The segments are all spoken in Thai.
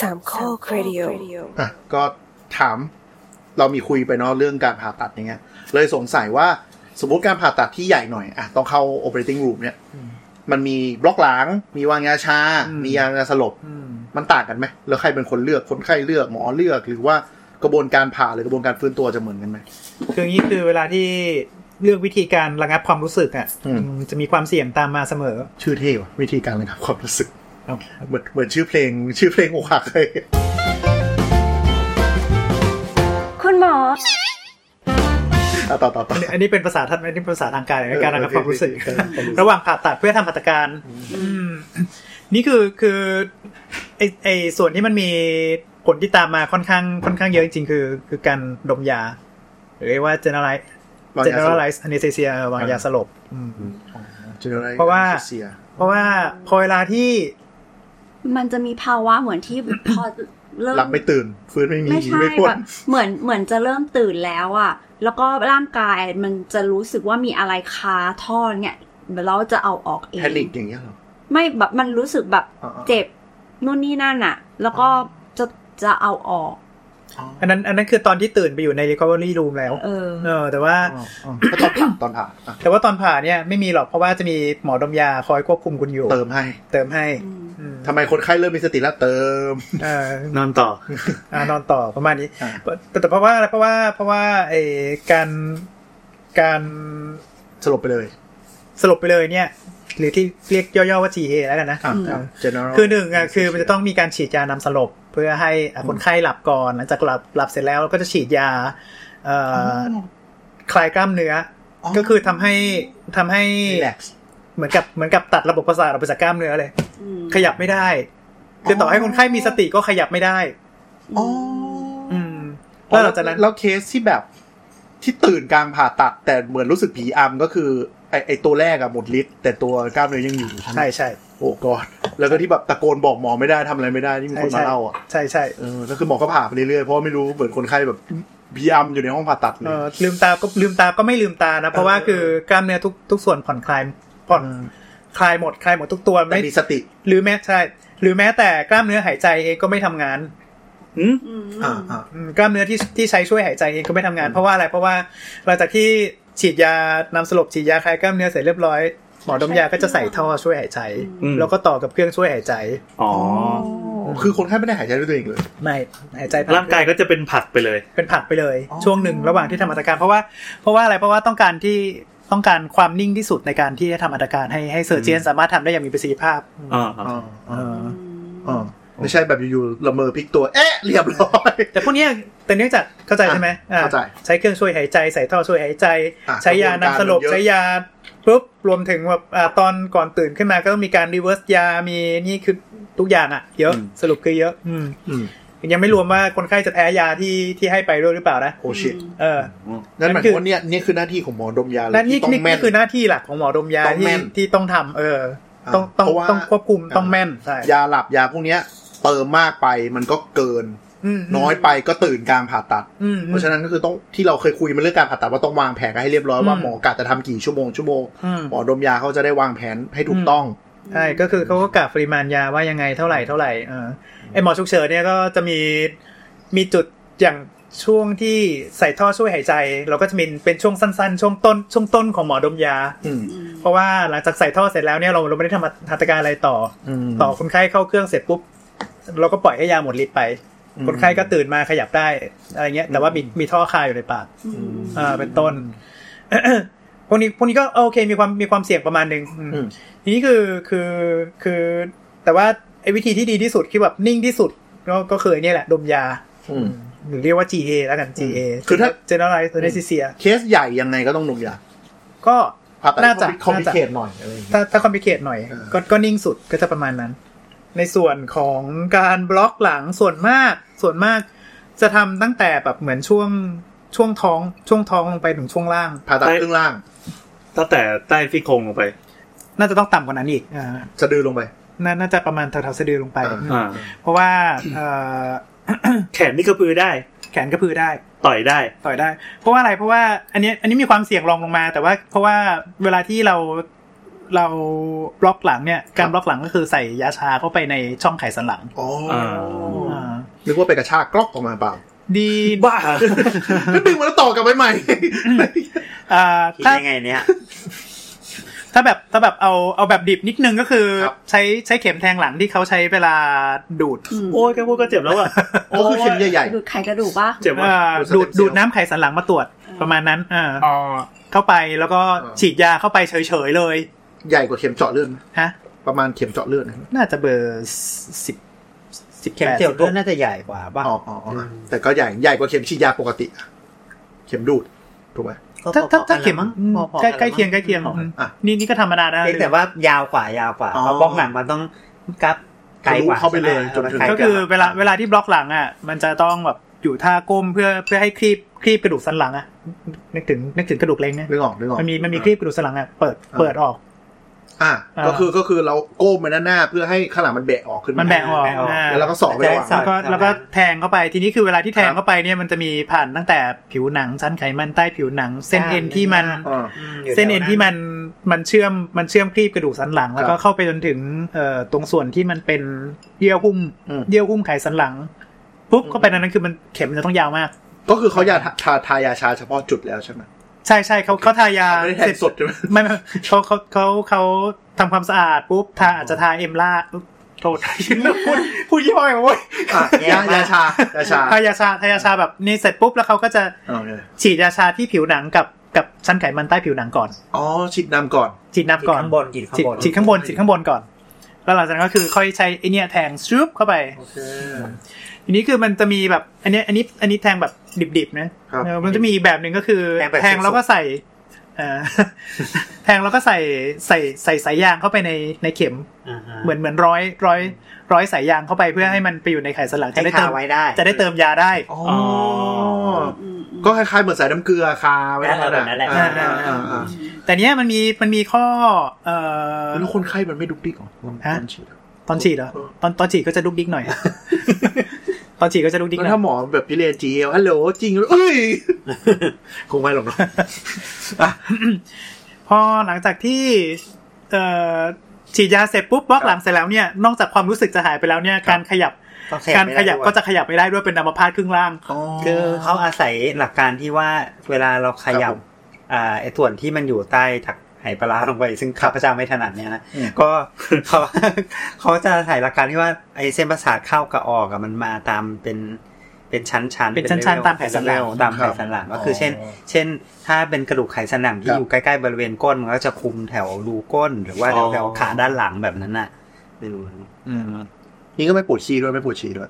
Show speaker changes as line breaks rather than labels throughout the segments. สามข้อครดิโอ
อ่ะก็ถามเรามีคุยไปเนาะเรื่องการผ่าตัดอย่างเงี้ย เลยสงสัยว่าสมมติการผ่าตัดที่ใหญ่หน่อยอ่ะต้องเข้า operating room เนี่ย มันมีบล็อกหลัง มีวางยาชา
อืม
มียาสลบ
อืม
มันต่างกันไหมแล้วใครเป็นคนเลือกคนไข้เลือกหมอเลือก หรือว่ากระบวนการผ่าหรือกระบวนการฟื้นตัวจะเหมือนกันไหม
คืออย่างนี้คือเวลาที่เลือกวิธีการระงับความรู้สึกอ่ะ
อืม
มันจะมีความเสี่ยงตามมาเสมอ
ชื่อเท่ว่ะวิธีการเลยครับความรู้สึก
เอา
เหมือนเหมือนชื่อเพลง ชื่อเพลงอกหักเลย
คุณหมอ
อ่ะต่อต่อต่อ
อันนี้เป็นภาษาท่านไม่ได้เป็นภาษาทางการเลยนะการระงับความรู้สึก
เออเออ
ระหว่างผ่าตัดเพื่อทำหัตถการอืมนี่คือคือไอไอส่วนที่มันมีผลที่ตามมาค่อนข้างค่อนข้างเยอะจริงๆคือ คือการดมยา หรือเรียกว่า general
วางยาสลบ
generalized anesthesia เออวางยาสลบอืม
Generalized
เพราะว่า
anesthesia
เพราะว่าพอเวลาที่
มันจะมีภาวะเหมือนที่ พอเริ่ม
หลับไม่ตื่น ฟื้นไม่มี
ไม่ใช่
ไม่พ้น
แบบเหมือนเหมือนจะเริ่มตื่นแล้วอ่ะ แล้วก็ร่างกายมันจะรู้สึกว่ามีอะไรคาท่อเนี่ยเราจะเอาออกเอง
แพนิคอย่างเงี้ยเหรอ
ไม่แบบมันรู้สึกแบบ
อ่าๆ
เจ็บนู่นนี่นั่นอะแล้วก็จะจะเอาออก
อันนั้นอันนั้นคือตอนที่ตื่นไปอยู่ใน recovery room แล้ว
เออ
เออแต่ว่า
ก็ตอนผ่าตอนผ่าอ่ะ
แต่ว่าตอนผ่าเนี่ยไม่มีหรอกเพราะว่าจะมีหมอดมยาคอยควบคุมคุณอยู่
เติมให้
เติมให้
อืม
อืม
ทำไมคนไข้เริ่มมีสติแล้วเติม
เอ อน
อนต่อ
อ่านอนต่อประมาณนี้
อ่า
แต่แต่เพราะว่าเพราะว่าเพราะว่าไอการการ
สลบไปเลย
สลบไปเลยเนี่ย หรือที่เรียกย่อๆว่า GA แล้วกันนะ
อ่ะ
อืม
general
คือหนึ่งอ่ะคือมันจะต้องมีการฉีดยานำสลบเพื่อให้อ่ะคนไข้หลับก่อนหลังจากหลับหลับเสร็จแล้วก็จะฉีดยาเอ่ออคลายกล้ามเนื้ออ
อ
ก็คือทำให้ทำให้
relax
เหมือนกับเหมือนกับตัดระบบประสาทออกไปจากกล้ามเนื้อเลย
อืม
ขยับไม่ได้ คือต่อให้คนไข้มีสติก็ขยับไม่ได้
อ๋อ
อืม แล้วหลังจากนั้น
แล้วเคสที่แบบที่ตื่นกลางผ่าตัด แต่เหมือนรู้สึกผีอำก็คือ ไอไอตัวแรกอะหมดฤทธิ์แต่ตัวกล้ามเนื้อยังอยู่ใช่ไหม
ใช่ใช่
โอ้กอดแล้วก็ที่แบบตะโกนบอกหมอไม่ได้ทำอะไรไม่ได้ที่มี
ใช่
คน
ใช่
มาเล่าอ่ะ
ใช่ใช่
เออแล้วคือหมอก็ผ่าไปเรื่อยๆเพราะไม่รู้เหมือนคนไข้แบบผีอำอยู่ในห้องผ่าตัดเล
เอย อลืมตาก็ลืมตาก็ไม่ลืมตานะ เพราะว่าคือกล้ามเนื้อทุกทุกส่วนผ่อนคลายผ่อน
เออ
คลายหมดคลายหมดทุกตัว
แต่
ไม่
มีสติ
หรือแม้ใช่หรือแม้แต่กล้ามเนื้อหายใจเองก็ไม่ทำงาน
อืม
อ่าอ่า
อืมกล้ามเนื้อที่ที่ใช้ช่วยหายใจเองก็ไม่ทำงาน เพราะว่าอะไรเพราะว่าหลังจากที่ฉีดยานำสลบฉีดยาคลายกล้ามเนื้อเสร็จเรียบร้อยหมอดมยาก็จะใส่ท่อช่วยหายใจ
อืม
แล้วก็ต่อกับเครื่องช่วยหายใจ
อ๋อ
คือคนไข้ไม่ได้หายใจด้วยตัวเองเลย
ไม่หายใจผ่น
ร่างกายก็จะเป็นผัดไปเลย
เป็นผัดไปเลยช่วงหนึ่งระหว่างที่ทำอัตการเพราะว่าเพราะว่าอะไรเพราะว่าต้องการที่ต้องการความนิ่งที่สุดในการที่จะทำอัตการให้ให้เซอร์เจียนสามารถทำได้อย่างมีประสิทธิภาพ
อ่า
อ๋อ
เออ
อ๋อไม่ใช่แบบอยู่ๆละเมอพลิกตัว เอ๊ะ เรียบร้อย
แต่พวกเนี้ยแต่เนื่องจากเข้าใจใช่ไหมอ่
เข้าใจ
ใช้เครื่องช่วยหายใจใส่ท่อช่วยหายใจ
อ่ะ
ใช้ยา
ระบว
ก
น
นำ
การ
สลบ
มันเยอะ
ใช้ยาปุ๊บรวมถึงแบบอ่าตอนก่อนตื่นขึ้นมาก็ต้องมีการรีเวิร์สยามีนี่คือทุกอย่างอ่ะเยอะ
อืม
สรุปคือเยอะอืม
อืม
ยังไม่รวมว่าคนไข้จะแพ้ยาที่ที่ให้ไปด้วยหรือเปล่านะ
โอชิต
เออ
นั่นหมายความว่าเนี่ยเนี่ยคือหน้าที่ของหมอดมยาเลย
และนี่
ที่ต้อง
นี่
แม่น
นี่คือหน้าที่หลักของหมอดมยา
ต้องแม่
ที่
น
ที่ต้องทำเออ ต้อง
อ่า
ต้อ
เพ
ง
ราะว่า
ต้องควบคุม
อ่า
ต้องแม่นใช่
ยาหลับยาพวกเนี้ย เติมมากไปมันก็เกิน
ม
น้อยไปก็ตื่นกลางผ่าตัด
อืมอืม
เพราะฉะนั้นก็คือต้องที่เราเคยคุยมาเรื่องการผ่าตัดว่าต้องวางแผนกันให้เรียบร้อยว่า
อืม
หมอกะจะทำกี่ชั่วโมงชั่วโมง
อืม
หมอดมยาเขาจะได้วางแผนให้ถูกต้อง
ใช่ก็คือเขาก็กะปริมาณยาว่ายังไงเท่าไหร่เท่าไหร่เออไอหมอฉุกเฉินเนี่ยก็จะมีมีจุดอย่างช่วงที่ใส่ท่อช่วยหายใจ เราก็จะมีเป็นช่วงสั้นๆ ช่วงต้นช่วงต้นของหมอดมยา
อืม
เพราะว่าหลังจากใส่ท่อเสร็จแล้วเนี่ยเราเราไม่ได้ทำหัตถการอะไรต่ออ
ม
ต่อคนไข้เข้าเครื่องเสร็จปุ๊บเราก็ปล่อยให้ยาหมดฤทธิ์ไป
อืม
คนไข้ก็ตื่นมาขยับได้อะไรเงี้ย แต่ว่ามีมีท่อคาอยู่ในปาก อ่าเป็นต้น พวกนี้พวกนี้ก็โอเคมีความมีความเสี่ยงประมาณหนึ่งอืม
อืม
ทีนี้คือคือคือ แต่ว่าไอ้วิธีที่ดีที่สุดคือแบบนิ่งที่สุด ก็ก็คือไอเนี่ยแหละ ดมยา
อืม
หรือเรียกว่า GA แล้วกัน GA
คือถ้า
generalized anesthesia
เคสใหญ่ยังไงก็ต้องดมยา
ก็
ผ่าตัด
น่าจะ
คอมพิ
น่าจะ
เคทหน่อยอะไรอย่างเงี้ย
ถ้าถ้าคอมพิเคตหน่อย
เออ
ก็ก็นิ่งสุดก็จะประมาณนั้น ในส่วนของการบล็อกหลังส่วนมาก ส่วนมาก จะทำตั้งแต่แบบเหมือนช่วงช่วงท้องช่วงท้องลงไปถึงช่วงล่าง
ผ่าตัดครึ่งล่าง
ตั้งแต่ใต้ซี่โครงลงไป
น่าจะต้องต่ำกว่านั้นอีกอ่า
สะดือลงไป
นาน่าจะประมาณแถวๆสะดือลงไป
อ่า
อ่า
เพราะว่าเอ่อ
แขนนี่กระพือได้
แขนกระพือได้
ต่อยได้
ต่อยได้ เพราะว่าอะไรเพราะว่าอันเนี้ยอันนี้มีความเสี่ยงรองลงมา แต่ว่าเพราะว่าเวลาที่เราเราบล็อกหลังเนี่ยการบล็อกหลังก็คือใส่ยาชาเข้าไปในช่องไขสันหลัง
อ๋อ
อ่า
อ่า
นึกว่าไปกระชากกลอกออกมาเปล่า
ดี
บ้า
แล้วดึงมันแล้วต่อกลับไปใหม่
อ่า
คิด
ถ้า
ยังไงเนี่ย
ถ้าแบบถ้าแบบเอาเอาแบบดิบนิดนึงก็คือ
ครับ
ใช้ใช้เข็มแทงหลังที่เขาใช้เวลาดูด
ม
โอ้ยแค่พูดก็เจ็บแล้วอ่ะ
ก็คือเข็มใหญ่
ดูดไขกระดูกปะ
เจ็บว่ะ
อ่า
ดู
ดู
ด
ด
ดู
ดู
ด
ดน้ำไขสันหลังมาตรวจประมาณนั้นอ่า
อ๋อ
เข้าไปแล้วก็ฉีดยาเข้าไปเฉยๆเลย
ๆ ใหญ่กว่าเข็มเจาะเลือดไหม
ฮะ
ประมาณเข็มเจาะเลือดนะครับ
น่าจะเบอร์สิบสิบ
เข็มเจียวเลือดน่าจะใหญ่กว่าป่ะ
อ๋ออ๋ออ๋อแต่ก็ใหญ่ใหญ่กว่าเข็มฉีดยาปกติอะเข็มดูดถูกไหม
ถ้าถ้าถ้าเข็ม
พอๆ
ใก
กั
ล้
นละมั้ง
ใกล้เคียงใกล้เคียง
พอๆกัน
อ่ะ
นี่นี่ก็ธรรมดานะ
เพียงแต่ว่ายาวกว่ายาวกว่า
อ๋อ
เพราะบล็อกหนังมันต้องกับไกลกว่า
ทะลุเข้าไปเลยจน
ใช่หม
ถึง
ไล
ก็
ว่า
คือเวลาเวลาที่บล็อกหลังอ่ะ มันจะต้องแบบอยู่ท่าก้มเพื่อเพื่อให้ครีบครีบกระดูกสันหลังอ่ะนึกถึงนึกถึงกระดูกเล้งนะ
นึกออกนึกออก
มันมีมันมีครีบกระดูกสันหลังอ่ะเปิดเปิดออก
อ่ะ
อ่า
ก็คือก็คือเราโก้มไปด้านหน้าเพื่อให้ข้างหลังมันแบะออกขึ้น
มันแบ่งออก
อ่า
อ่า
แล้วเราก็สอบไปว่า
แล้วก็แล้วก็แทงเข้าไปทีนี้คือเวลาที่แท
ค
ง
รับ
เข้าไปเนี่ยมันจะมีผ่านตั้งแต่ผิวหนังชั้นไขมันใต้ผิวหนัง เส้นเอ็นที่มัน
อ่า
อืมยู่
เส้นเอ็นที่มันมันเชื่อมมันเชื่อมครีบกระดูกสันหลัง แล้ว
ค
ก็
รับ
เข้าไปจนถึงเอ่อตรงส่วนที่มันเป็นเยื่อหุ้ม
อืม
เยื่อหุ้มไขสันหลังปุ๊บเข้าไปในนั้นคือมันเข็มมันจะต้องยาวมาก
ก็คือเขายาทาทาทายาชาเฉพาะจุดแล้วใช่ไหม
ใช่ใช่เขาเขาทายา
ไม่ได้แทนสดใช่ไหม
ไม่ไม่เขาเขาเขาเขาทำความสะอาดปุ๊บทาอาจจะทาเอ็มล่าอุ๊ยโทษ พูดพูดยี่ห้ออย่างเว้ย
อ่ะยายาชายาชา
ทายาชาทายาชาแบบนี่เสร็จปุ๊บแล้วเขาก็จะ
เอาเลย
ฉีดยาชาที่ผิวหนังกับกับชั้นไขมันใต้ผิวหนังก่อน
อ๋อฉีดน้ำก่อน
ฉีดน้ำ
ก่
ก่
อ
อน น
ข้างบนกินข้าง
ฉีด
บน
ฉีดข้างบนฉีดข้างบนก่อน แล้วหลังจากนั้นก็คือค่อยใช้ไอเนี่ยแทงซูปเข้าไปทีนี้คือมันจะมีแบบ อันเนี้ยอันนี้อันนี้แทงแบบดิบๆนะครับ เออมันจะมีอีกแบบหนึ่งก็คือ
แทงแบบ
แทงแล้วก็ใส่เอ่อ แทงแล้วก็ใส่ใส่ใส่สายยางเข้าไปในในเข็ม
อ่าฮะ
เหมือนเหมือนร้อยร้อยร้อยสายยางเข้าไปเพื่อให้มันไปอยู่ในไขสันหลัง
ให้
จะได้
คา
เติม
ไว้ได้
จะได้เติมยาได้
อ๋อ
อืมอืม
ก็คล้ายๆเหมือนสายน้ำเกลือคาไว้
แบบนั้นแหละ
อ่าอ่าอ่าอ่า
แต่เนี้ยมันมีมันมีข้อเอ่อ
แล้วคนไข้มันไม่ดุกดิกหรอ
ฮะ
ตอนฉีดอะ
ตอนฉีดเหรอ
เออ
ตอนตอนฉีดก็จะดุกดิกหน่อย ตอนฉีดก็จะดุกดิกห
แล้วย
น่อ
ถ้าหมอแบบพิเรนจีเอลฮัลโหลจริงเหรอเอ้ ยคงไม่หรอกเนาะ
พอหลังจากที่เอ่อฉีดยาเสร็จปุ๊บบล็อกหลังเสร็จแล้วเนี่ยนอกจากความรู้สึกจะหายไปแล้วเนี่ยการขยับ
ต้องแท
การ
ไม่
ข
ได้
ยับ
ด้วย
ก็จะขยับไม่ได้ด้วยเป็นอัมพาตครึ่งล่าง
อ๋อ
คือเขาอาศัยหลักการที่ว่าเวลาเราขยั
ครับ บผม
อ่าไอ้ส่วนที่มันอยู่ใต้ถักไหปลาร้าลงไป ซึ่งข้าพเจ้าไม่ถนัดเนี่ยนะ
อืม
ก็ เขาเขาจะอาศัยหลักการที่ว่าไอ้เส้นประสาทเข้ากับออกอะมันมาตามเป็นเป็นชั้นชั้น
เป็นชั้นๆตามไขสันหลัง
ตามไขสันหลังก็คือเช่น เช่น ถ้าเป็นกระดูกไขสันหลัง
ค
ที่
รับ
อยู่ใกล้ๆบริเวณก้นมันก็จะคุมแถวรูก้น หรือว่า
อ๋อ
แถวขาด้านหลังแบบนั้นน่ะไม่รู้
นี่ก็ไม่ปวดชีด้วยไม่ปวดชีด้วย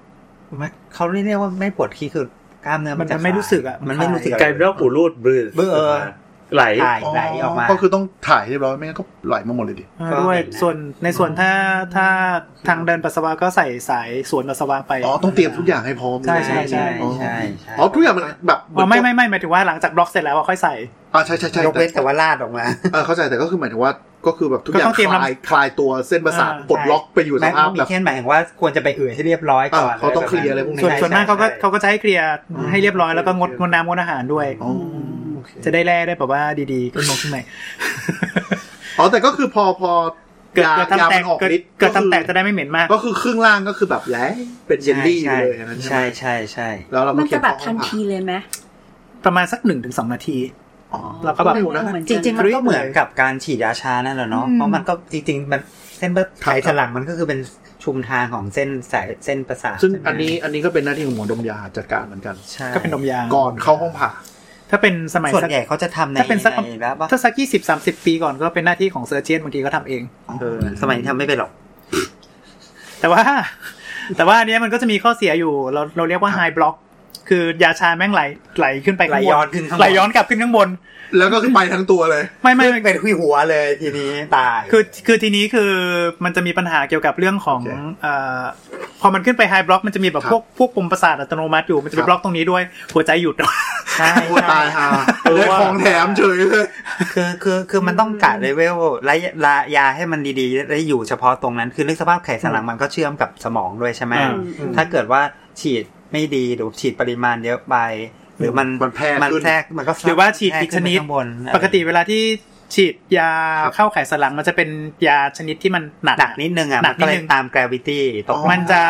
ไม่เขาเรียกว่าไม่ปวดขี้คือกล้ามเนื้อ
มัน
จะ
มันไม่
คลาย
รู้สึกอะ
มันไม่
มันคลาย
รู้สึก
กลายเป็นว่าปู่รูดบือ
เบื่อ
ไหล
ถ่ายไหลออกมา
ก็คือต้องถ่ายเรียบร้อยไม่งั้นก็ไหลมาหมดเลยดิ
เออ
ก็
ด้วย
เห็นนะ
ส่วนในส่วนถ้าถ้าทางเดินปัสสาวะก็ใส่สายสวนปัสสาวะไป
อ๋อ ต้องเตรียมทุกอย่างให้พร้อม
ใช่ใช่ใช่
อ๋อ
ใช่ใช่
อ๋อทุกอย่างมันแบบเห
อ๋
น
อไม่ไม่ไม่หมายถึงว่าหลังจากบล็อกเสร็จแล้วอะค่อยใส่
อ่าใช่ใช่ใช่
ยก
แต่
เว้นแต่ว่าลาดออกมา
เออเข้าใจแต่ก็คือหมายถึงว่าก็คือแบบทุกอย่า
ก็ต้
ง
อง
ค
เตรียม
ลายคลายตัวเส้นประสาท
อ่า
ปลดล็อกไปอยู่ส
แม้
ภาพ
มี
แบบ
แค่หมายถึงว่าควรจะไปเอื่อยให้เรียบร้อยก่อน
อ่ะเขาต้องเคลียร์อะไรพวกนี้
ส่วน
ใช่
ส่วนมากเขาก็
ใช่
เขาก็จะให้เคลียร์ให้เรียบร้อยแล้วก็งดงดน้ำงดอาหารด้วย
อ๋อโอเค
จะได้แร่ได้แบบว่าดีๆขึ้นมงขึ้นไหน
อ๋อแต่ก็คือพอพอ
เกิด
ยา
เกิด
ยา
ทำแต
มั
ก
นออก
เกิด
ฤทธิ์
เกิด
คือ
ทำแตกจะได้ไม่เหม็นมาก
ก็คือครึ่งล่างก็คือแบบแหล้เป็นเยลลี่ไปเลยอันนั้นใช่
ใช่
ไหม
ใช่ใช่
แล้วเรา
มั
ก็
น
เขี
จะ
ยน
แบบ
ข้อ
ทัน
ความ
ทีเลยไหม
ประมาณสักหนึ่งถึงสองนาที
อ๋อ
แล้วก็แบบ
เร็วนะ
เหมือน
จ
กั
ริงๆมันก็เหมือนกับการฉีดยาชานั่นแหละเนาะ
อืม
เพราะมันก็จริงๆมันเส้นประ
ครับ
ไขสันหลังมันก็คือเป็นชุมทางของเส้นสายเส้นประสาท
ซึ่งอันนี้อันนี้ก็เป็นหน้าที่ของหมอดมยาจัดการเหมือนกัน
ใช่
ก็เป็นนมยาง
ก่อนเข้าห้องผ่า
ถ้าเป็นสมัย
ส่วน
สัก
ใหญ่เขาจะทำใน
ถ้าเป็นสัก
ในแล้วปะ
ถ้าสักยี่สิบสามสิบปีก่อนก็เป็นหน้าที่ของเซอร์เจียนบางทีก็ทำเอง
เออสมัยนี้ทำไม่เป็นหรอก
แต่ว่า แต่ว่าอันเนี้ยมันก็จะมีข้อเสียอยู่ เราเราเรียกว่าไฮบล็อก คือยาชาแม่งไหลไหลขึ้นไปข้างบ
ไหลย้อนขึ้นข้างบน
ไหลย้อนกลับขึ้นข้างบน
แล้วก็คือไปทั้งตัวเลย
ไม่ไม่ไม่
เป็นคุยหัวเลยทีนี้ตาย
คือคือทีนี้คือมันจะมีปัญหาเกี่ยวกับเรื่องของ
โอเค
เอ่อพอมันขึ้นไปไฮบล็อกมันจะมีแบบ
ครับ
พวกพวกปุ่มประสาทอัตโนมัติอยู่มันจะไปบล็อกตรงนี้ด้วยหัวใจ หยุด
ใช่
โอ้ยตายฮาได้ของแถมเฉยเลย
คือคือคือมันต้องกะเลเวลและลายาให้มันดีๆและอยู่เฉพาะตรงนั้น คือนึกสภาพไขสันหลังมันก็เชื่อมกับสมองด้วยใช่ไหม
อืม
ถ้าเกิดว่าฉีดไม่ดีหรือฉีดปริมาณเยอะไป หรือมัน
มันแพร่
มัน
ขึ้น
แทรกมันก็
หรือว่าฉีด
แพ
อีกชนิด
ขึ้ไปข้างบน
ปกติเวลาที่ ฉีดยา
ครับ
เข้าไขสันหลังมันจะเป็นยาชนิดที่มันหนัก
หนักนิดนึงอ่ะ
หนั
มั
ก
น
นิ
ก็
ด
เล
นึ
ย
ง
ตามกร a วิตี้ตก
อ๋อ
มันจะ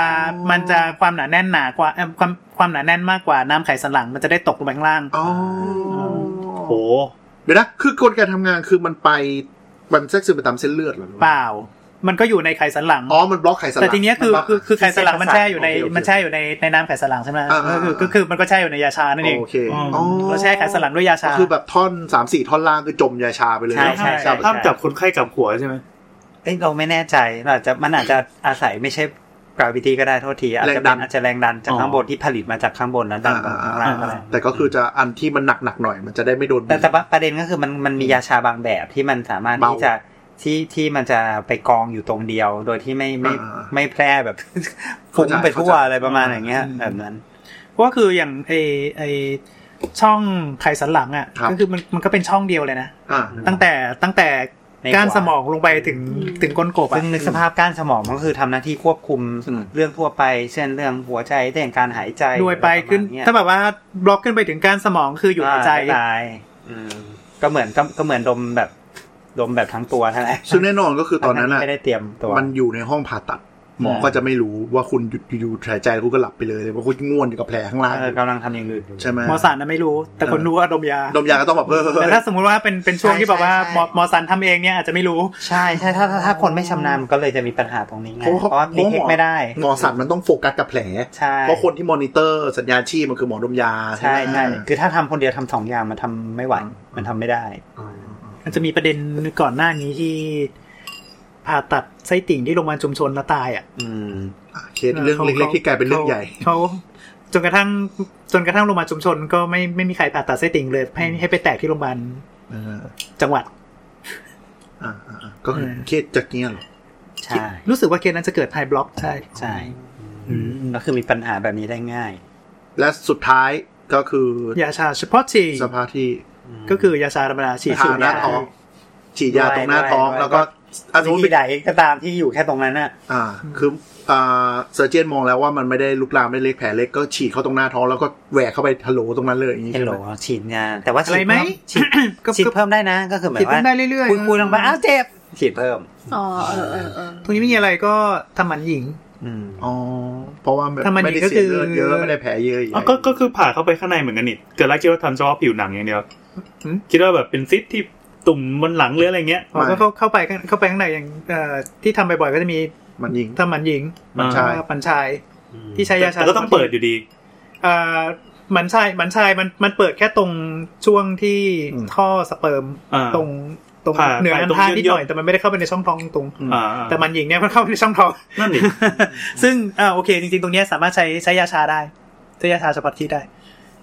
มันจะความหนาแน่นหนากว่าเอิ่มความความหนาแน่นมากกว่าน้ำไขสันหลังมันจะได้ตกลงไปข้างล่าง
อ๋อ
โห
เดี๋ยวนะคือกลการทำงานคือมันไปมันแทรกซึมไปตามเส้นเลือดเหรอหรือว่า
เปล่า มันก็อยู่ในไขสันหลัง
อ๋อมันบล็อกไขสันห
แต่
ลัง
ทีเนี้ยคือ
มับล็ก
คือคือไขสันหลังมันแช่อยู่ใน
โอเคโอเค
มันแช่อยู่ในในน้ำไขสันหลังใช่ไหม
อ่าอ่า
ก็คือก็คือมันก็แช่อยู่ในยาชานั่นเอง
โอเค
อืม
อ๋อ
เราแช่ไขสันหลังด้วยยาชา
คือแบบท่อนสามสี่ท่อนล่างคือจมยาชาไปเลย
ใช่ใช่
ค
ใช่
รับ
ห้ามจับคนไข้กับหัวใช่ไหม
เอ้ยเราไม่แน่ใจเราอาจจะมันอาจจะอาศัยไม่ใช่กร a วิตี้ก็ได้โทษทีอาจจะ
แรงดั
เป็น
น
อาจจะแรงดันจาก
อ๋อ
ข้างบนที่ผลิตมาจากข้างบนแล้วดันลงข้างล่าง
อ่า
ก็ได้
แต่ก็คือจะอันที่มันหนักหนักๆหน่อย มันจะได้ไม่โดนบี
แต่
บ
แต่ว่าประเด็นก็คือมันมันมียาชาบางแบบที่มันสามารถ
เบา
ที่จะที่ที่มันจะไปกองอยู่ตรงเดียว โดยที่ไม่ไม่
อ่า
ไม่แพร่ แบบ ฟุ้งไปทั่ว
เข้าใจ
อะไรประมาณอย่างเงี้ย
อืม
แบบนั้น
เพราะว่าคืออย่างไอไอช่องไขสันหลังอ่ะ
ครับ
ก็คือมันมันก็เป็นช่องเดียวเลยนะ
อ่า
ตั้งแต่ตั้งแต่
ใน
ก้าน
หัว
สมองลงไปถึงถึงก้นกบอ่ะ
ซึ่งนึกสภาพก้านสมองมันก็คือทำหน้าที่ควบคุม
อืม
เรื่องทั่วไป เช่นเรื่องหัวใจเรื่องการหายใจ
ด้วยไปขึ้น
ระมณเย
ถ้าแบบว่าบล็อกขึ้นไปถึงก้านสมองคืออยู่ในใจ
าตายอืมก็เหมือนก็ก็เหมือนดมแบบดมแบบทั้งตัวนั่นแหละ
ซึ่งแน่นอนก็คือตอนนั้น
ทั้ง
อ่ะ
ที่ไม่ได้เตรียมตัว
มันอยู่ในห้องผ่าตัด หมอ
ใช่
ก็จะไม่รู้ว่าคุณหยุดอยู่หายใจแล้วคุณก็หลับไปเลยเลยว่าคุณง่วนอยู่กับแผลข้างล่าง
เออกำลังทำอย่างอื่นอยู่
ใช่ไหม
หมอสันนะไม่รู้ แต่คนรู้ว่าดมยา
ดมยาก็ต้องแบบเออ
แต่ถ้าสมมุติว่าเป็นเป็นช่วงที่แบบว่า
ใช่ใช่
หมอหมอสันทำเองเนี่ยอาจจะไม่รู้
ใช่ใช่ถ้าถ้าถ้าคนไม่ชำนาญมันก็เลยจะมีปัญหาตรงนี้ไง
เพราะว่า
เพราะว่า
เพราะ
ดีเท
ห
คไม่ได้
หมอสัตว์มันต้องโฟกัสกับแผล
ใช่
เพราะคนที่มอนิเตอร์สัญญาณชีพมันคือหมอดมยา
ใช่ใช่
ไหม
คือถ้าทำคนเดียวทำสองอย่างมันทำไม่ไหว มันทำไม่ได้
มันจะมีประเด็นก่อนหน้านี้ที่ผ่าตัดไส้ติ่งที่โรงพยาบาลชุมชนแล้วตายอ่ะ
อืม
อ่ะเคสเรื่องเล็กๆที่กลายเป็นเรื่องใหญ่
เขาจนกระทั่งจนกระทั่งโรงพยาบาลชุมชน ก็ไม่ไม่มีใครผ่าตัดไส้ติ่งเลยให้ให้ไปแตกที่โรงพยาบาล
เออ
จังหวัด
อ่ะอ่ะอ่ะก็คือเคสจากเนี้ยเหรอ
ใช่
รู้สึกว่าเคสนั้นจะเกิดไฮบล็อกใช่
ใช่อืมก็คือมีปัญหาแบบนี้ได้ง่าย
และสุดท้ายก็คือย
าชาเฉพาะฉีด
สภาที่
ก็คือยาชาธรรมดาฉีด
ผ่า
สูบ
หน้าย
า
ท้องฉีดยาตรงหน้าท้อง
ด้วย
แล้วก็อันนู้น
วิธีใดก็ตามที่อยู่แค่ตรงนั้นน่ะ
อ่า คืออ่าเซอร์เจียนมองแล้วว่ามันไม่ได้ลุกลามไม่ได้เล็กแผลเล็กก็ฉีดเข้าตรงหน้าท้องแล้วก็แหวกเข้าไปทะโหลตรงนั้นเลยอย่างนี้
เฮล
ใช่
โหล
ไหม
ฉีดยาแต่ว่า
อะ
ฉี
ไร
ด
ไหม
เพิ่มฉีด
ก็
ฉีด
ก็
เพิ่มได้นะ ก็คือเหมือ
ฉีด
น
เพิ่
ว่าม
ได้เรื่อย
คุยคุยลงไปอ้าวเจ็บฉีดเพิ่ม
อ๋อเออเออเออ
ตรงนี้ไม่มีอะไรก็ทำหมันหญิง
อืม
อ๋อ เพราะว่าแบบ
ถ้ามัน
ไม่ได้
ดีก็คื
เสียเลื
อ
อดเยอะไม่ได้แผลเยอะอย่าง
อ๋อก็ก็คือผ่าเข้าไปข้างในเหมือนกันนี่แต่ละคิดว่าทำเฉพาะผิวหนังอย่างเดียว
หืม
คิดว่าแบบเป็นซิปที่ตุ่มบนหลังหรืออะไรเงี้ย
อ๋อก็เข้าเข้าไปข้างเข้าไปข้างในอย่างเอ่อที่ทำบ่อยๆก็จะมี
มันยิง
ทำหมันหญิง
หมันชาย
หมันชายที่ใช้
แต่
ยาชา
แต่ก็ต้องเปิดอยู่ดี
เอ่อหมันชายหมันชายมันมันเปิดแค่ตรงช่วงที่
อืม
ท่อสเปิร์ม
อ่า
ตรงตรง
ผ่า
เหนือ
ไป
อัน
ตรง
ท่า
เยื่อ
นิดหน่อย
เยื่อ
แต่มันไม่ได้เข้าไปในช่องท้องตรง
อ่า
แต่หมันหญิงเนี่ยมันเข้าไปในช่องท้อง
นั่นนี่
ซึ่งอ่าโอเค จริงๆ ตรงเนี้ยสามารถใช้ใช้ยาชาได้ ใช้ยาชาเฉพาะที่ได้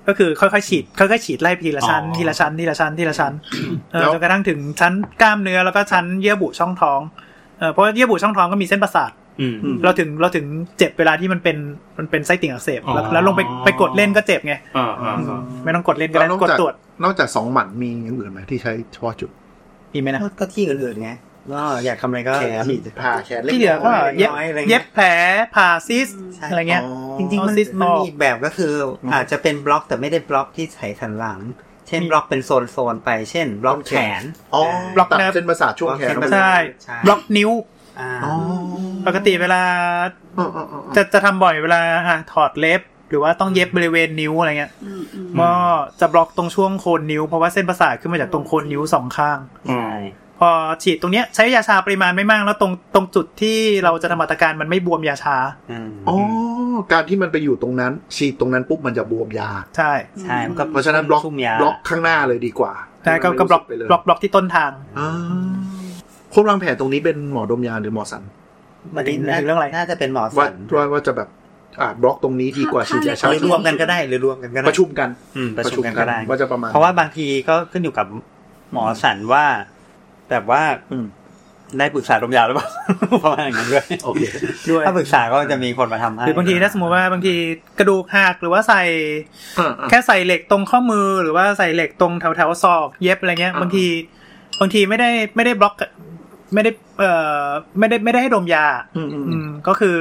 ก็คือค่อยๆฉีดค่อยๆฉีดไล่ทีละชั้น
อ๋อ
ทีละชั้นทีละชั้นทีละชั้นเออ
แล้ว
จนกระทั่งถึงชั้นกล้ามเนื้อแล้วก็ชั้นเยื่อบุช่องท้องเออเพราะว่าเยื่อบุช่องท้องก็มีเส้นประสาท
อืม
เราถึงเราถึงเจ็บเวลาที่มันเป็นมันเป็นไส้ติ่งอักเสบแล้ว
อ๋อ
แล้วลงไปไปกดเล่นก็เจ็บไง
อ่าอ่า
อืมไม่ต้องกดเล่นก็ได้
แล้วนอก
กด
จาก
ตรวจ
นอกจากสองหมันมีอย่างอื่นไหมที่ใช้เฉพาะจุด
มีไหมนะ
ก็ที่อื่นๆไงก็อยากทำอะไรก็ฉีด
ผ่าแขนล็ก
ที่เหลือก็เย็บ
น้อยอะไรเงี้ย
เย็บแผลผ่าซิส
ใช่
อะไรเงี้ย
อ๋อ
จริงๆมัน
ซิส
มัน
ออก
มีอีกแบบก็คืออาจจะเป็นบล็อกแต่ไม่ได้บล็อกที่ไขสันหลัง เช่น
มี
บล็อกเป็นโซนโซนๆไป เช่น บล็อกแขน
อ๋อบ
ล็อก
ตัด
เนิร์ฟ
เส้นประสาทช่วงแขน
บล็อกเส้นประสาท
ใช่
ใช่
บล็อกนิ้ว
อ่า
อ๋อ
ปกติเวลา
อ๋ออ๋ออ๋ออ๋อ
จะจะทำบ่อยเวลาอ่ะถอดเล็บ หรือว่าต้องเย็บบริเวณนิ้วอะไรเงี้ย
อืมอืม
ก็จะบล็อกตรงช่วงโคนนิ้ว เพราะว่าเส้นประสาทขึ้นมาจากตรงโคนนิ้วสองข้าง
อืม
ใช่
พอฉีดตรงเนี้ยใช้ยาชาปริมาณไม่มากแล้วตรงตรงจุดที่เราจะทำอัตการมันไม่บวมยาชา
อืม
อ๋อ การที่มันไปอยู่ตรงนั้น ฉีดตรงนั้นปุ๊บมันจะบวมยา
ใช่
ใช่มันก็
เพราะฉะนั้นบล็อก
ซุ่มยา
บล็อกข้างหน้าเลยดีกว่า
ใช่ก็
ให้มัน
ก็บล็อก
รู้สึไปเลย
บล็อกบล็อกที่ต้นทาง
อ่าคนวางแผนตรงนี้เป็นหมอดมยาหรือหมอสัน
มันถึงเรื่องอะไรน่าจะเป็นหมอ
ว่า
สัน
ว่าว่าจะแบบอ่าบล็อกตรงนี้ดีกว่าฉีดยาชา
หรือรวมกันก็ได้หรือรวมกันก็ได้
ประชุมกัน
อืมประชุมกันก็ได้
ว่าจะประมาณ
เพราะว่าบางทีก็ขึ้นอยู่กับหมอสันว่า แบบว่า
อืม
ได้ปรึกษาลมยาหรือเปล่า ประมาณอย่างนั้นด้วย
โอเค
ด้วย
ถ้าปรึกษาก็จะมีคนมาทำให้
หรือบางทีถ้าสมมติว่าบางทีกระดูกหักหรือว่าใส่
อ่าอ่า
แค่ใส่เหล็กตรงข้อมือหรือว่าใส่เหล็กตรงแถวแถวๆศอก เย็บอะไรเงี้ย
อ่า
บางทีบางทีไม่ได้ไม่ได้บล็อกไม่ได้เอ่อไม่ได้ไม่ได้ให้ดมยา
อืมอืม
อืมก็คือ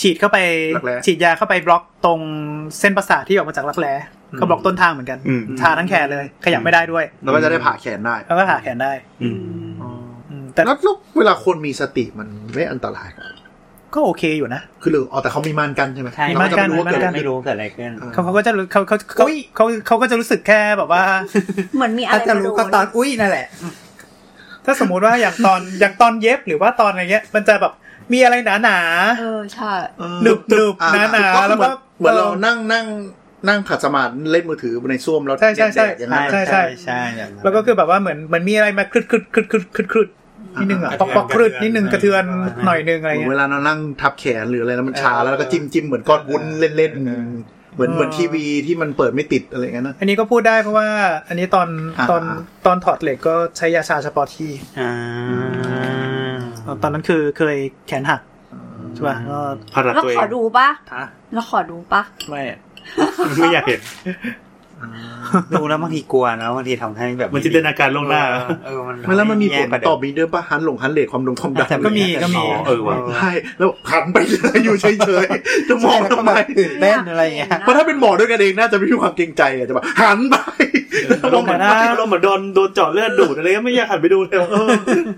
ฉีดเข้าไป
รักแร้
ฉีดยาเข้าไปบล็อกตรงเส้นประสาทที่ออกมาจากรักแร้ก็บล็อกต้นทางเหมือนกัน
อืม
ชาทั้งแขนเลย ขยับไม่ได้ด้วย
แล้วก็จะได้ผ่าแขนได้
แล้วก็ผ่าแขนได้
อืม
อืมแต่
แล้วลูกเวลาคนมีสติมันไม่อันตรายเหรอ
ก็โอเคอยู่นะ
คือหรืออ๋อแต่เขามีม่านกันใช่ไหม
ใช่
มี
เร
ม่านกั้น
จะไรู้ว่เด
น
ไม่รู้เกิดอะไรขึ้น
เออ
เขาเขาก็จะรู้เขาเขาเขาเขาเขาก็จะรู้สึกแค่แบบว่า
เหมือนมีอะไร
ถ้าจะรู้ก็ตอนอุ้ยนั่นแหละ
ถ้าสมมุติว่าอย่างตอนอย่างตอนเย็บหรือว่าตอนอะไรเงี้ย มันจะแบบมีอะไรหนาหนา
เออใช่
หนึบหนึบหนาหนาๆแล้วก็
เหมือนเรานั่งนั่งนั่งขัดสมาธิเล่นมือถือในส้วมแล้ว
ใช่ใช่ใช่
แดดๆอย่าง
ใช่
นั้น
ใช่ใช่
ใช่ใช่อย่างนั้น
แล้วก็คือแบบว่าเหมือนเหมือนมีอะไรมาครึดครึดครึดครึดครึดครึดนิดนึงอ่ะ
อ่า
ปอกปอกครึดนิดนึงกระเทือน
อ่า
หน่อยนึงอะไร
เหมือนเว
เงี้ย
ลาเรานั่งทับแขนหรืออะไรแล้วมันชา
เออ
แล้วก็จิ้มจิ้มเหมือนก้อนวุ้นเล่นเล่น
เออ
เหมือน
เออ
เหมือนทีวีที่มันเปิดไม่ติดอะไรอย่างนั้นนะ
อันนี้ก็พูดได้เพราะว่า อันนี้ตอน
อ่า
ตอนตอนถอดเหล็กก็ใช้ยาชาเฉพาะที่
อ่า
ตอนนั้นคือเคยแขนหักใช่ป่ะก็
ผ่าตัด
แล้ว
ตัวเอ
ของ ดูปะ
ฮะ
แล้วขอดูปะ
ไม่
ไม่อยากเห็น
ดูแล้วบางทีกลัวนะบางทีทำให้แบบ
มันจินตนาการล่วงหน้า
เออมัน
แล้วมันมีผ
ย่
ล
กว่าเดิ
ต่อมีด้วยปะฮันหลงฮันเลดความดงความดัน
แต่
ก็มีก็มี
อ๋อเออว่ะ
ใช่แล้วหันไปเลยอยู่เฉยๆจะมองทำไม
เต้นอะไรอย่างเงี้ย
เพราะถ้าเป็นหมอด้วยกันเองน่าจะไม่มีความเกรงใจอะจะแบบ หันไปแล้วม
ล
อง
ง
เห
เห
มื
มื
อ
อน น
นะ
ลงเหมือนโดนโดนเจาะเลือดดูดอะไรก็ไม่อยากหันไปดูเลยเออ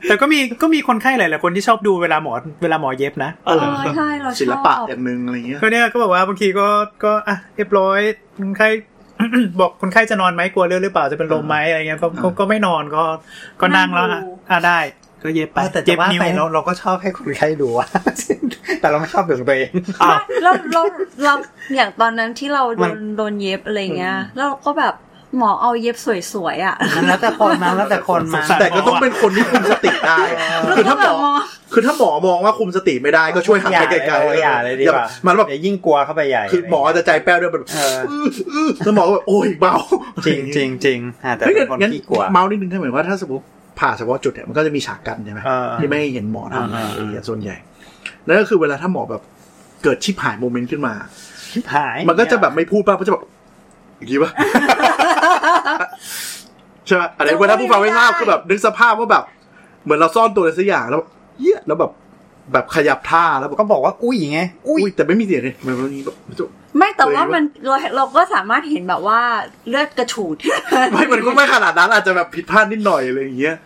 แต่ก็มีก็มีคนไข้หลายๆคนที่ชอบดูเวลาหมอเวลาหมอเย็บนะ
เอ
เอ
อ
อใช่เราชอบ
ศิลปะอย่างหนึ่งอะไรอย่างเงี้ย
ก็เนี่ยก็บอกว่าบางทีก็ก็อ่ะเรียบร้อยคนไข้ บอกคนไข้จะนอนไหมกลัวเลือดหรือเปล่าจะเป็นลมไหมอะไรเงี้ยก็ก็ก็ไม่นอนก็ก็นั่งแล้วอ่ะอ่ะได้ ก็เย็บไป
เออแต่จะว่าไป
เย็บ
เรา
นิ้ว
เราก็ชอบให้คนไข้ดูว่า แต่เราไม่ชอบดูของตัวเอง
อ้าว
แล้วเราเราอย่างตอนนั้นที่เราโด
มัน
นโดนเย็บอะไรเงี้ยแล้วเราก็แบบหมอเอาเย็บสวยๆอ่ะ
มันแล้วแต่คนมาแล้วแต่คนมา
แต่ก็ต้องเป็นคนที่คุมสติได้
แล้ว
คือ
ก็
ถ้าห
แบ
ม
บ
อ
มอง
คือถ้าหมอมองว่าคุมสติไม่ได้ก็ช่วยหัน
อย่า
ไป
เลย
ไกลๆ
อย่าเลยดีกว่า
มันแบบ
เดี๋ยวยิ่งกลัวเข้าไปใหญ่
คือหมออาจจะใจแป้วด้วยแบบ
เออ
อื้ออื้อแล้วหมอก็แบบโอ้ยเบา
จริงจริงจริงอ่าแต่
เฮ้ย
เป็นคน
งั้น
ที่กลัว
เมาส์นิดนึงถ้าเหมือนว่าถ้าสมมติผ่าเฉพาะจุดเนี่ยมันก็จะมีฉากกันใช่ไหม
เออ
ที่ไม่ให้เห็นหมอทำ
เออเออ
เนี่ยส่วนใหญ่นั่นก็คือเวลาถ้าหมอแบบเกิดชิบหายโมเมนต์ขึ้นมา
หาย
มันก็จะแบบไม่พูดป่ะมันจะแบบอย่างนี้ป่ะ ใช่ป่ะอันนี้เวลาผู้ฟังไม่ทราบคือแบบนึกสภาพว่าแบบ เหมือนเราซ่อนตัวอะไรสักอย่างแล้วแบบเหี้ยแล้วแบบแบบขยับท่าแล้วแบบ
ก็บอกว่าอุ้ยไงอุ้
อุ้ย
ย
แต่ไม่มีเสียงเลยมันมันมีแบบ
ไม่แต่ว่ามันเราเราก็สามารถเห็นแบบว่าเลือดกระฉูด
ไม่มันก็ไม่ขนาดนั้นอาจจะแบบผิดพลาดนิดหน่อยอะไรอย่างเงี้ย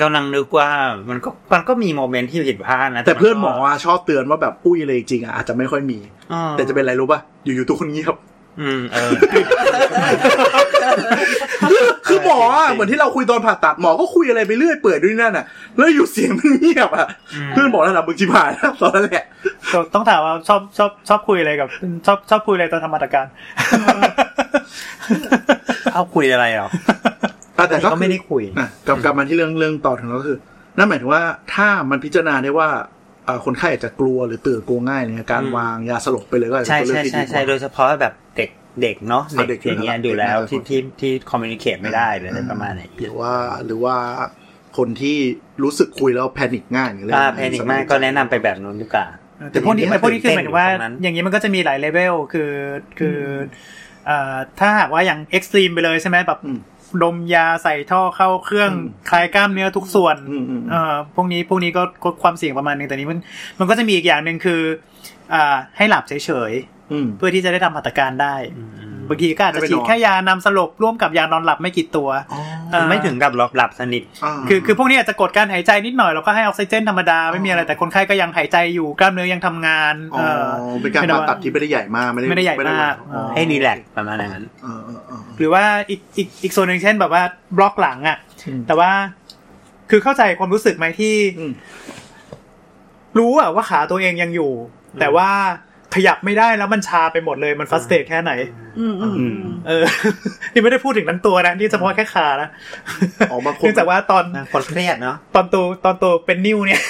กำลังนึกว่ามันก็มันก็มีโมเมนต์ที่ผิดพลาดนะ
แต่
มัก็
เพื่อนหมออะชอบเตือนว่าแบบอุ้ยอะไรจริงๆอะอาจจะไม่ค่อยมี
อ๋อ
แต่จะเป็นอะไรรู้ป่ะอยู่ๆทุกคนเงียบ
อืมเออ
คือคือหมออะ
จริงๆ
เหมือนที่เราคุยตอนผ่าตัดหมอก็คุยอะไรไปเรื่อยเปื่อยด้วยนั่นน่ะ แล้วอยู่เสียงมันเงียบอ่ะ
อืม
เพื่อนหมอระดับมึงชิบหายแล้วตอนนั้นแหละ
ก็ต้องถามว่าชอบชอบชอบคุยอะไรกับชอบชอบคุยอะไรตอนทำอัต การ
เอาคุยอะไรเหรอ
อ่ะแต่ก็
ก็
คือ
ไม่ได้คุย
อ่ะกลับกลับมาที่เรื่องเรื่องต่อถึงเราก็คือ นั่นหมายถึงว่าถ้ามันพิจารณาได้ว่าเอ่อคนไข้อาจจะกลัวหรือตื่นกลัวง่ายเนี่ยการ
อืม
วางยาสลบไปเลยก็อาจจะ
ใช่
เป็นเรื่องที่
ใช่ใช่
ดีก
ใช่
ว่า
โดยเฉพาะแบบเด็กเด็กเนาะ
อ่ะ
เด็ก
เด็ก
อย่างเงี้ยดูแล้ว
เด็ก
ที่ที่ที่คอมมิวนิเคชไม่ได้เลย
อืม
ประมาณนี้
หรือว่าหรือว่าคนที่รู้สึกคุยแล้วแพนิคง่ายหรืออะไร
อ่าแพนิกมากก็แนะนำไปแบบนู้นดีกว่า
แต่พวกนี้
แต่
แต่พ
พ
วก
วกนี้
นี้คือหมายถึงว่า
ตื่นเต้นอยู่ตรงนั้น
อย่างนี้มันก็จะมีหลายเลเวลคือคือเอ่อถ้าหากว่าอย่างเอ็กซ์ตรีมไปเลยใช่ไหมแบบ
อืม
ดมยาใส่ท่อเข้าเครื่อง
อืม
คลายกล้ามเนื้อทุกส่วน
อืมอืม
เอ่อพวกนี้พวกนี้ก็ก็ความเสี่ยงประมาณหนึงแต่นี้มันมันก็จะมีอีกอย่างหนึ่งคืออ่าให้หลับเฉย
อืม
ๆ เพื่อที่จะได้ทำหัตถการได้ บางทีก็อาจจะ
ให้ไป
ฉีด
นอน
แค่ยานำสลบร่วมกับยานอนหลับไม่กี่ตัว เอ่อ
ไม่ถึงกับหลับหลับสนิท
า
คือคือพวกนี้อาจจะกดการหายใจนิดหน่อยแล้วก็ให้ออกซิเจนธรรมดาไม่มีอะไร
อ๋อ
แต่คนไข้ก็ยังหายใจอยู่กล้ามเนื้อยังทำงาน
อ๋อ
เอ่อ
เป็นการผ่าตัดที่ไม่ได้ใหญ่มากไม่ได้
ไม่ได้ใหญ่มาก
อ๋อ
ให้รีแลกซ์ประมาณนั้น
เออเออเออ
หรือว่าอีกอีกอีกส่วนหนึ่งเช่นแบบว่าบล็อกหลังอะ่ะ
อืม
แต่ว่าคือเข้าใจความรู้สึกไหมที่
อืม
รู้อะว่าขาตัวเองยังอยู่ แต่ว่าขยับไม่ได้แล้วมันชาไปหมดเลยมันฟัสเตทแค่ไหน
อืมอืมอืม
เออ นี่ไม่ได้พูดถึงนั้นตัวนะนี่เฉพาะแค่ขานะ
อ๋อบางคน
เนื่องจากว่าตอน
นะคนเครียดเนาะ
ตอนตัวตอนตัวเป็นนิ้วเนี่ย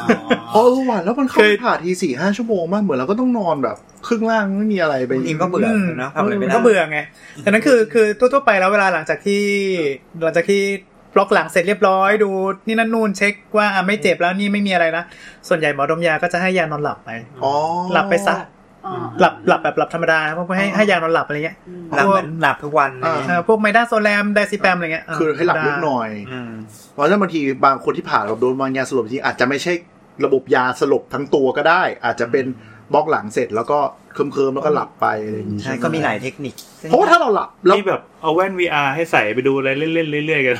อ๋อเออว่ะแล้วมันเข้า
เคย
ผ่าทีสี่ห้าชั่วโมงมากเหมือนเราก็ต้องนอนแบบครึ่งล่างไม่มีอะไรไป
บางทีก็เบื่อเนาะทำอะไรไม่
มัน
ได้
ก็เบื่อไงแต่นั้นคือคือทั่วๆไปแล้วเวลาหลังจากที่หลังจากที่บล็อกหลังเสร็จเรียบร้อยดูนี่นั่นนู่นเช็คว่าอ่ะไม่เจ็บแล้วนี่ไม่มีอะไรนะส่วนใหญ่หมอดมยาก็จะให้ยานอนหลับไป
อ๋อ
หลับไปซะ
อ๋อ
หลับหลับแบบหลับธรรมดานะเพราะให้ให้ยานอนหลับอะไรเงี้ย
อืม
หลับเหมือนหลับทุกวัน
อ่า
เลย
เอ่อพวกไมด้าโซแลมไดซิแปมอะไรเงี้ยเ
คือให้หลับลึกหน่อย
อืม
เพราะฉะนั้นบางทีบางคนที่ผ่าแบบโดนวางยาสลบจริงอาจจะไม่ใช่ระบบยาสลบทั้งตัวก็ได้ อาจจะเป็น บล็อกหลังเสร็จแล้วก็เคิมๆแล้วก็หลับไปอะไรอย่างงี้
ใช่ก็มีหลายเทคนิคซึ่ง
เพราะว่าถ้าเราหลับแล้ว
นี่แบบเอาแว่น VR ให้ใส่ไปดูอะไรเล่นๆเรื่อยๆกัน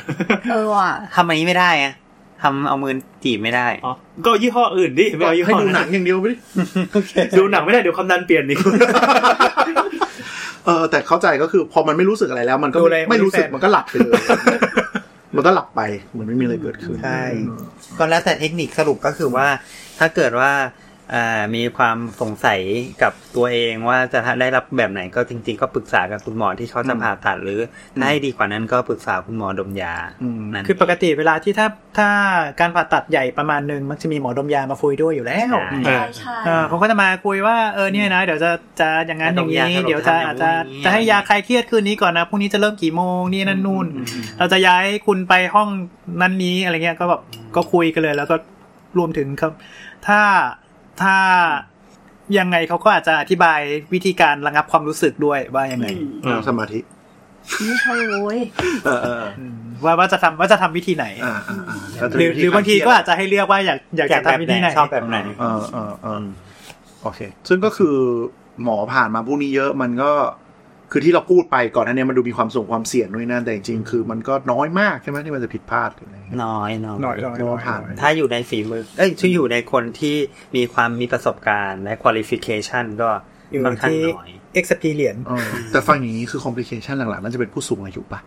เออว่ะ
ทำอันนี้ไม่ได้อะทำเอามือจีบไม่ได้
อ๋อ ก็ยี่ห้ออื่นดิไม่เอายี่
ให้
ห้อ
ดูหนั
นั้
ง
น
อย่างเดียวไปดิ
ดูหนังไม่ได้เดี๋ยวความดันเปลี่ยนนี่
เออแต่เข้าใจก็คือพอมันไม่รู้สึกอะไรแล้ว มันก็
ดูอะไร
ไม่ไม่รู้สึก
OnlyFans
มันก็หลับไปเลย มันก็หลับไปเหมือนไม่มีอะไรเกิดขึ้น
ใช่ ก็แล้วแต่เทคนิคสรุปก็คือว่า ถ้าเกิดว่าอ่ามีความสงสัยกับตัวเองว่าจะได้รับแบบไหนก็จริง ๆ ก็ปรึกษากับคุณหมอที่เขาจะผ่าตัดหรือถ้าให้ดีกว่านั้นก็ปรึกษาคุณหมอดมยา
อืม
นั่น
คือปกติเวลาที่ถ้าถ้าการผ่าตัดใหญ่ประมาณหนึ่งมักจะมีหมอดมยามาคุยด้วยอยู่แล้ว
เอ
ใช่
อ
ใช่
เออเขาก็จะมาคุยว่าเออเนี่ยนะเดี๋ยวจะจะอย่างนั้นอย่างนี้เดี๋ยวจะอาจจะจะให้ยาคลายเครียดคืนนี้ก่อนนะพรุ่งนี้จะเริ่มกี่โมงนี่นั่นนู่น เราจะย้ายคุณไปห้องนั้นนี้อะไรเงี้ยก็แบบก็คุยกันเลย แล้วก็รวมถึงครับ ถ้าถ้ายังไงเขาก็อาจจะอธิบายวิธีการระงับความรู้สึกด้วยว่ายังไง
เออ
สมาธิ
ไม่ใช่โว้ย
เออเออ
อืมว่าว่าจะทำว่าจะทำวิธีไหน
อ่าอ่าอ่าแล้วจะ
หรือ
มี
หรือบางทีก็อาจจะให้เลือกว่าอยากอยาก
อยา
จะ
กแบบ
ทำวิ
ไห
ธีไห
น
น
ชอบแบบไหน
เออเออเออโอเค ซึ่งก็คือหมอผ่านมาพวกนี้เยอะมันก็คือที่เราพูดไปก่อนหนั้นเนี่ยมันดูมีความสูงความเสี่ยงด้วยนะแต่จริงๆคือมันก็น้อยมากใช่ไหมที่มันจะผิดพลาดหรืออะไรอย่างเงี้ย
น้อยน้อย
หน่อยหน่อยหน่อยหน่อย
ถ้าอยู่ในฝีมือ เอ้ยช่วยอยู่ในคนที่มีความมีประสบการณ์และ qualification ก็
อยู่
ค่อนข้าง
ที่
น้อย
experience
เออแต่ฟังอย่างนี้คือคอมพลิเคชันหลักๆน่าจะเป็นผู้สูงอายุปะ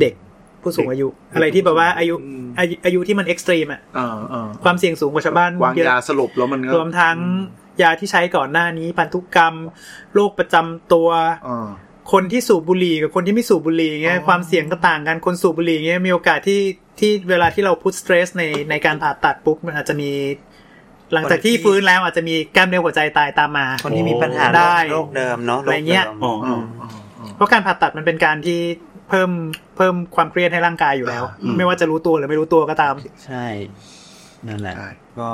เด็กผู้สูงอายุ อะไรที่แบบว่าอายุอายุอายุที่มัน extreme อะ
เออเออ
ความเสี่ยงสูงกว่าชาวบ้าน
วาง
เยอะ
ยาสลบแล้วมันก็
รวมทั้งยาที่ใช้ก่อนหน้านี้พันธุกรรมโรคประจำตัว
เออ
คนที่สูบบุหรี่กับคนที่ไม่สูบบุหรี่เงี้
อ๋
ย
อ
ความเสี่ยงก็ต่างกันคนสูบบุหรี่เงี้ยมีโอกาสที่ที่เวลาที่เราพุทสเตรสในในการผ่าตัดปุ๊บมันอาจจะมี หลังจากที่ฟื้นแล้วอาจจะมีกล้ามเนื้อหัวใจตายตามมา
คนที่มีปัญหา
ได้
โรคเดิมเนาะ
อะไรเงี้ย
โคดิม
อ๋อ
เออเออเออ
เพราะการผ่าตัดมันเป็นการที่เพิ่มเพิ่มความเครียดให้ร่างกายอยู่แล้ว
อืม
ไม่ว่าจะรู้ตัวหรือไม่รู้ตัวก็ตาม
ใช่ นั่นแหละ
ใช่
ก็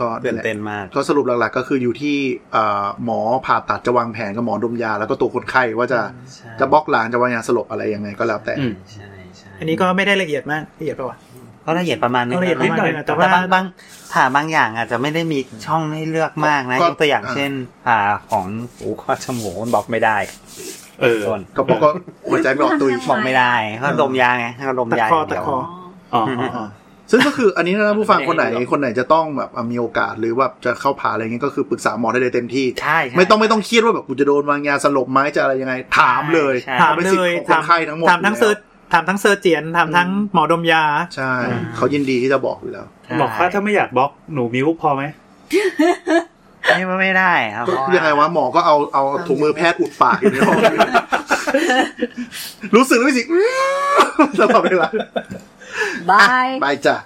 ก็
ตื่น
แหละ
เต้นมาก
ก็สรุปหลักๆ ก็คืออยู่ที่เอ่อหมอผ่าตัดจะวางแผนกับหมอดมยา แล้วก็ตัวคนไข้ว่าจะ
ใช่
จะบล็อกหลานจะวางยาสลบอะไรยังไงก็แล้วแต่
อืม
ใช่ใช่
อันนี้ก็ไม่ได้ละเอียดมากละเอียดปะวะ
ก็ละเอียดประมาณนึง
ก็ละเอียดประมาณนึง
แต่
แต่
ว่า
ว่า
บางบางผ่าบางอย่างอาจจะไม่ได้มีช่องให้เลือกมากนะ
ก็
ยกตัวอย่างเช่นผ่าของหูข้อจมูกมันบล็อกไม่ได้
เออ
ต้น
ก็ บอกว่าหัวใจไม่ออกตุย
บล็อกไม่ได้เขาดมยาไงเขาดม
ตัด
ยา
คอ
อย่าง
ตั
เดี
ด
ยว
คอ
อ๋ออ๋ออ๋อ
ซึ่งก็คืออันนี้นะผู้ฟัง
ไม่
ค
ได้
นไหน
หรอก
คนไหนจะต้องแบบอ่ะมีโอกาสหรือว่าจะเข้าผ่าอะไรเงี้ยก็คือปรึกษาหมอได้เลยเต็มที่
ใช่ใช่
ไม่ต้องไม่ต้องเครียดว่าแบบกูจะโดนวางยาสลบไหมจะอะไรยังไง ถามเลย
ใช่
ถาม
ป็น
เล
สิทธิ์
ย
ของคนไข้ทั้งหมด
ถามทั้ง
อยู่
เซอ
แล้ว
ร์ถามทั้งเซอร์เจียนถามทั้งหมอดมยา
ใช่เขายินดีที่จะบอกอยู่แล้ว
บอกว่าถ้าไม่อยากบล็อกหนูมิวพอไหม
ไม่ว่าไม่ได้ครับ
ก็
เพราะา
ยังไงวะหมอก็เอาเอาถุงมือแพทย์อุดปากอยู่ในห้อง รู้สึกหรือไม่สิอื้อตลอดเวลา
บาย
ไปจ้ะ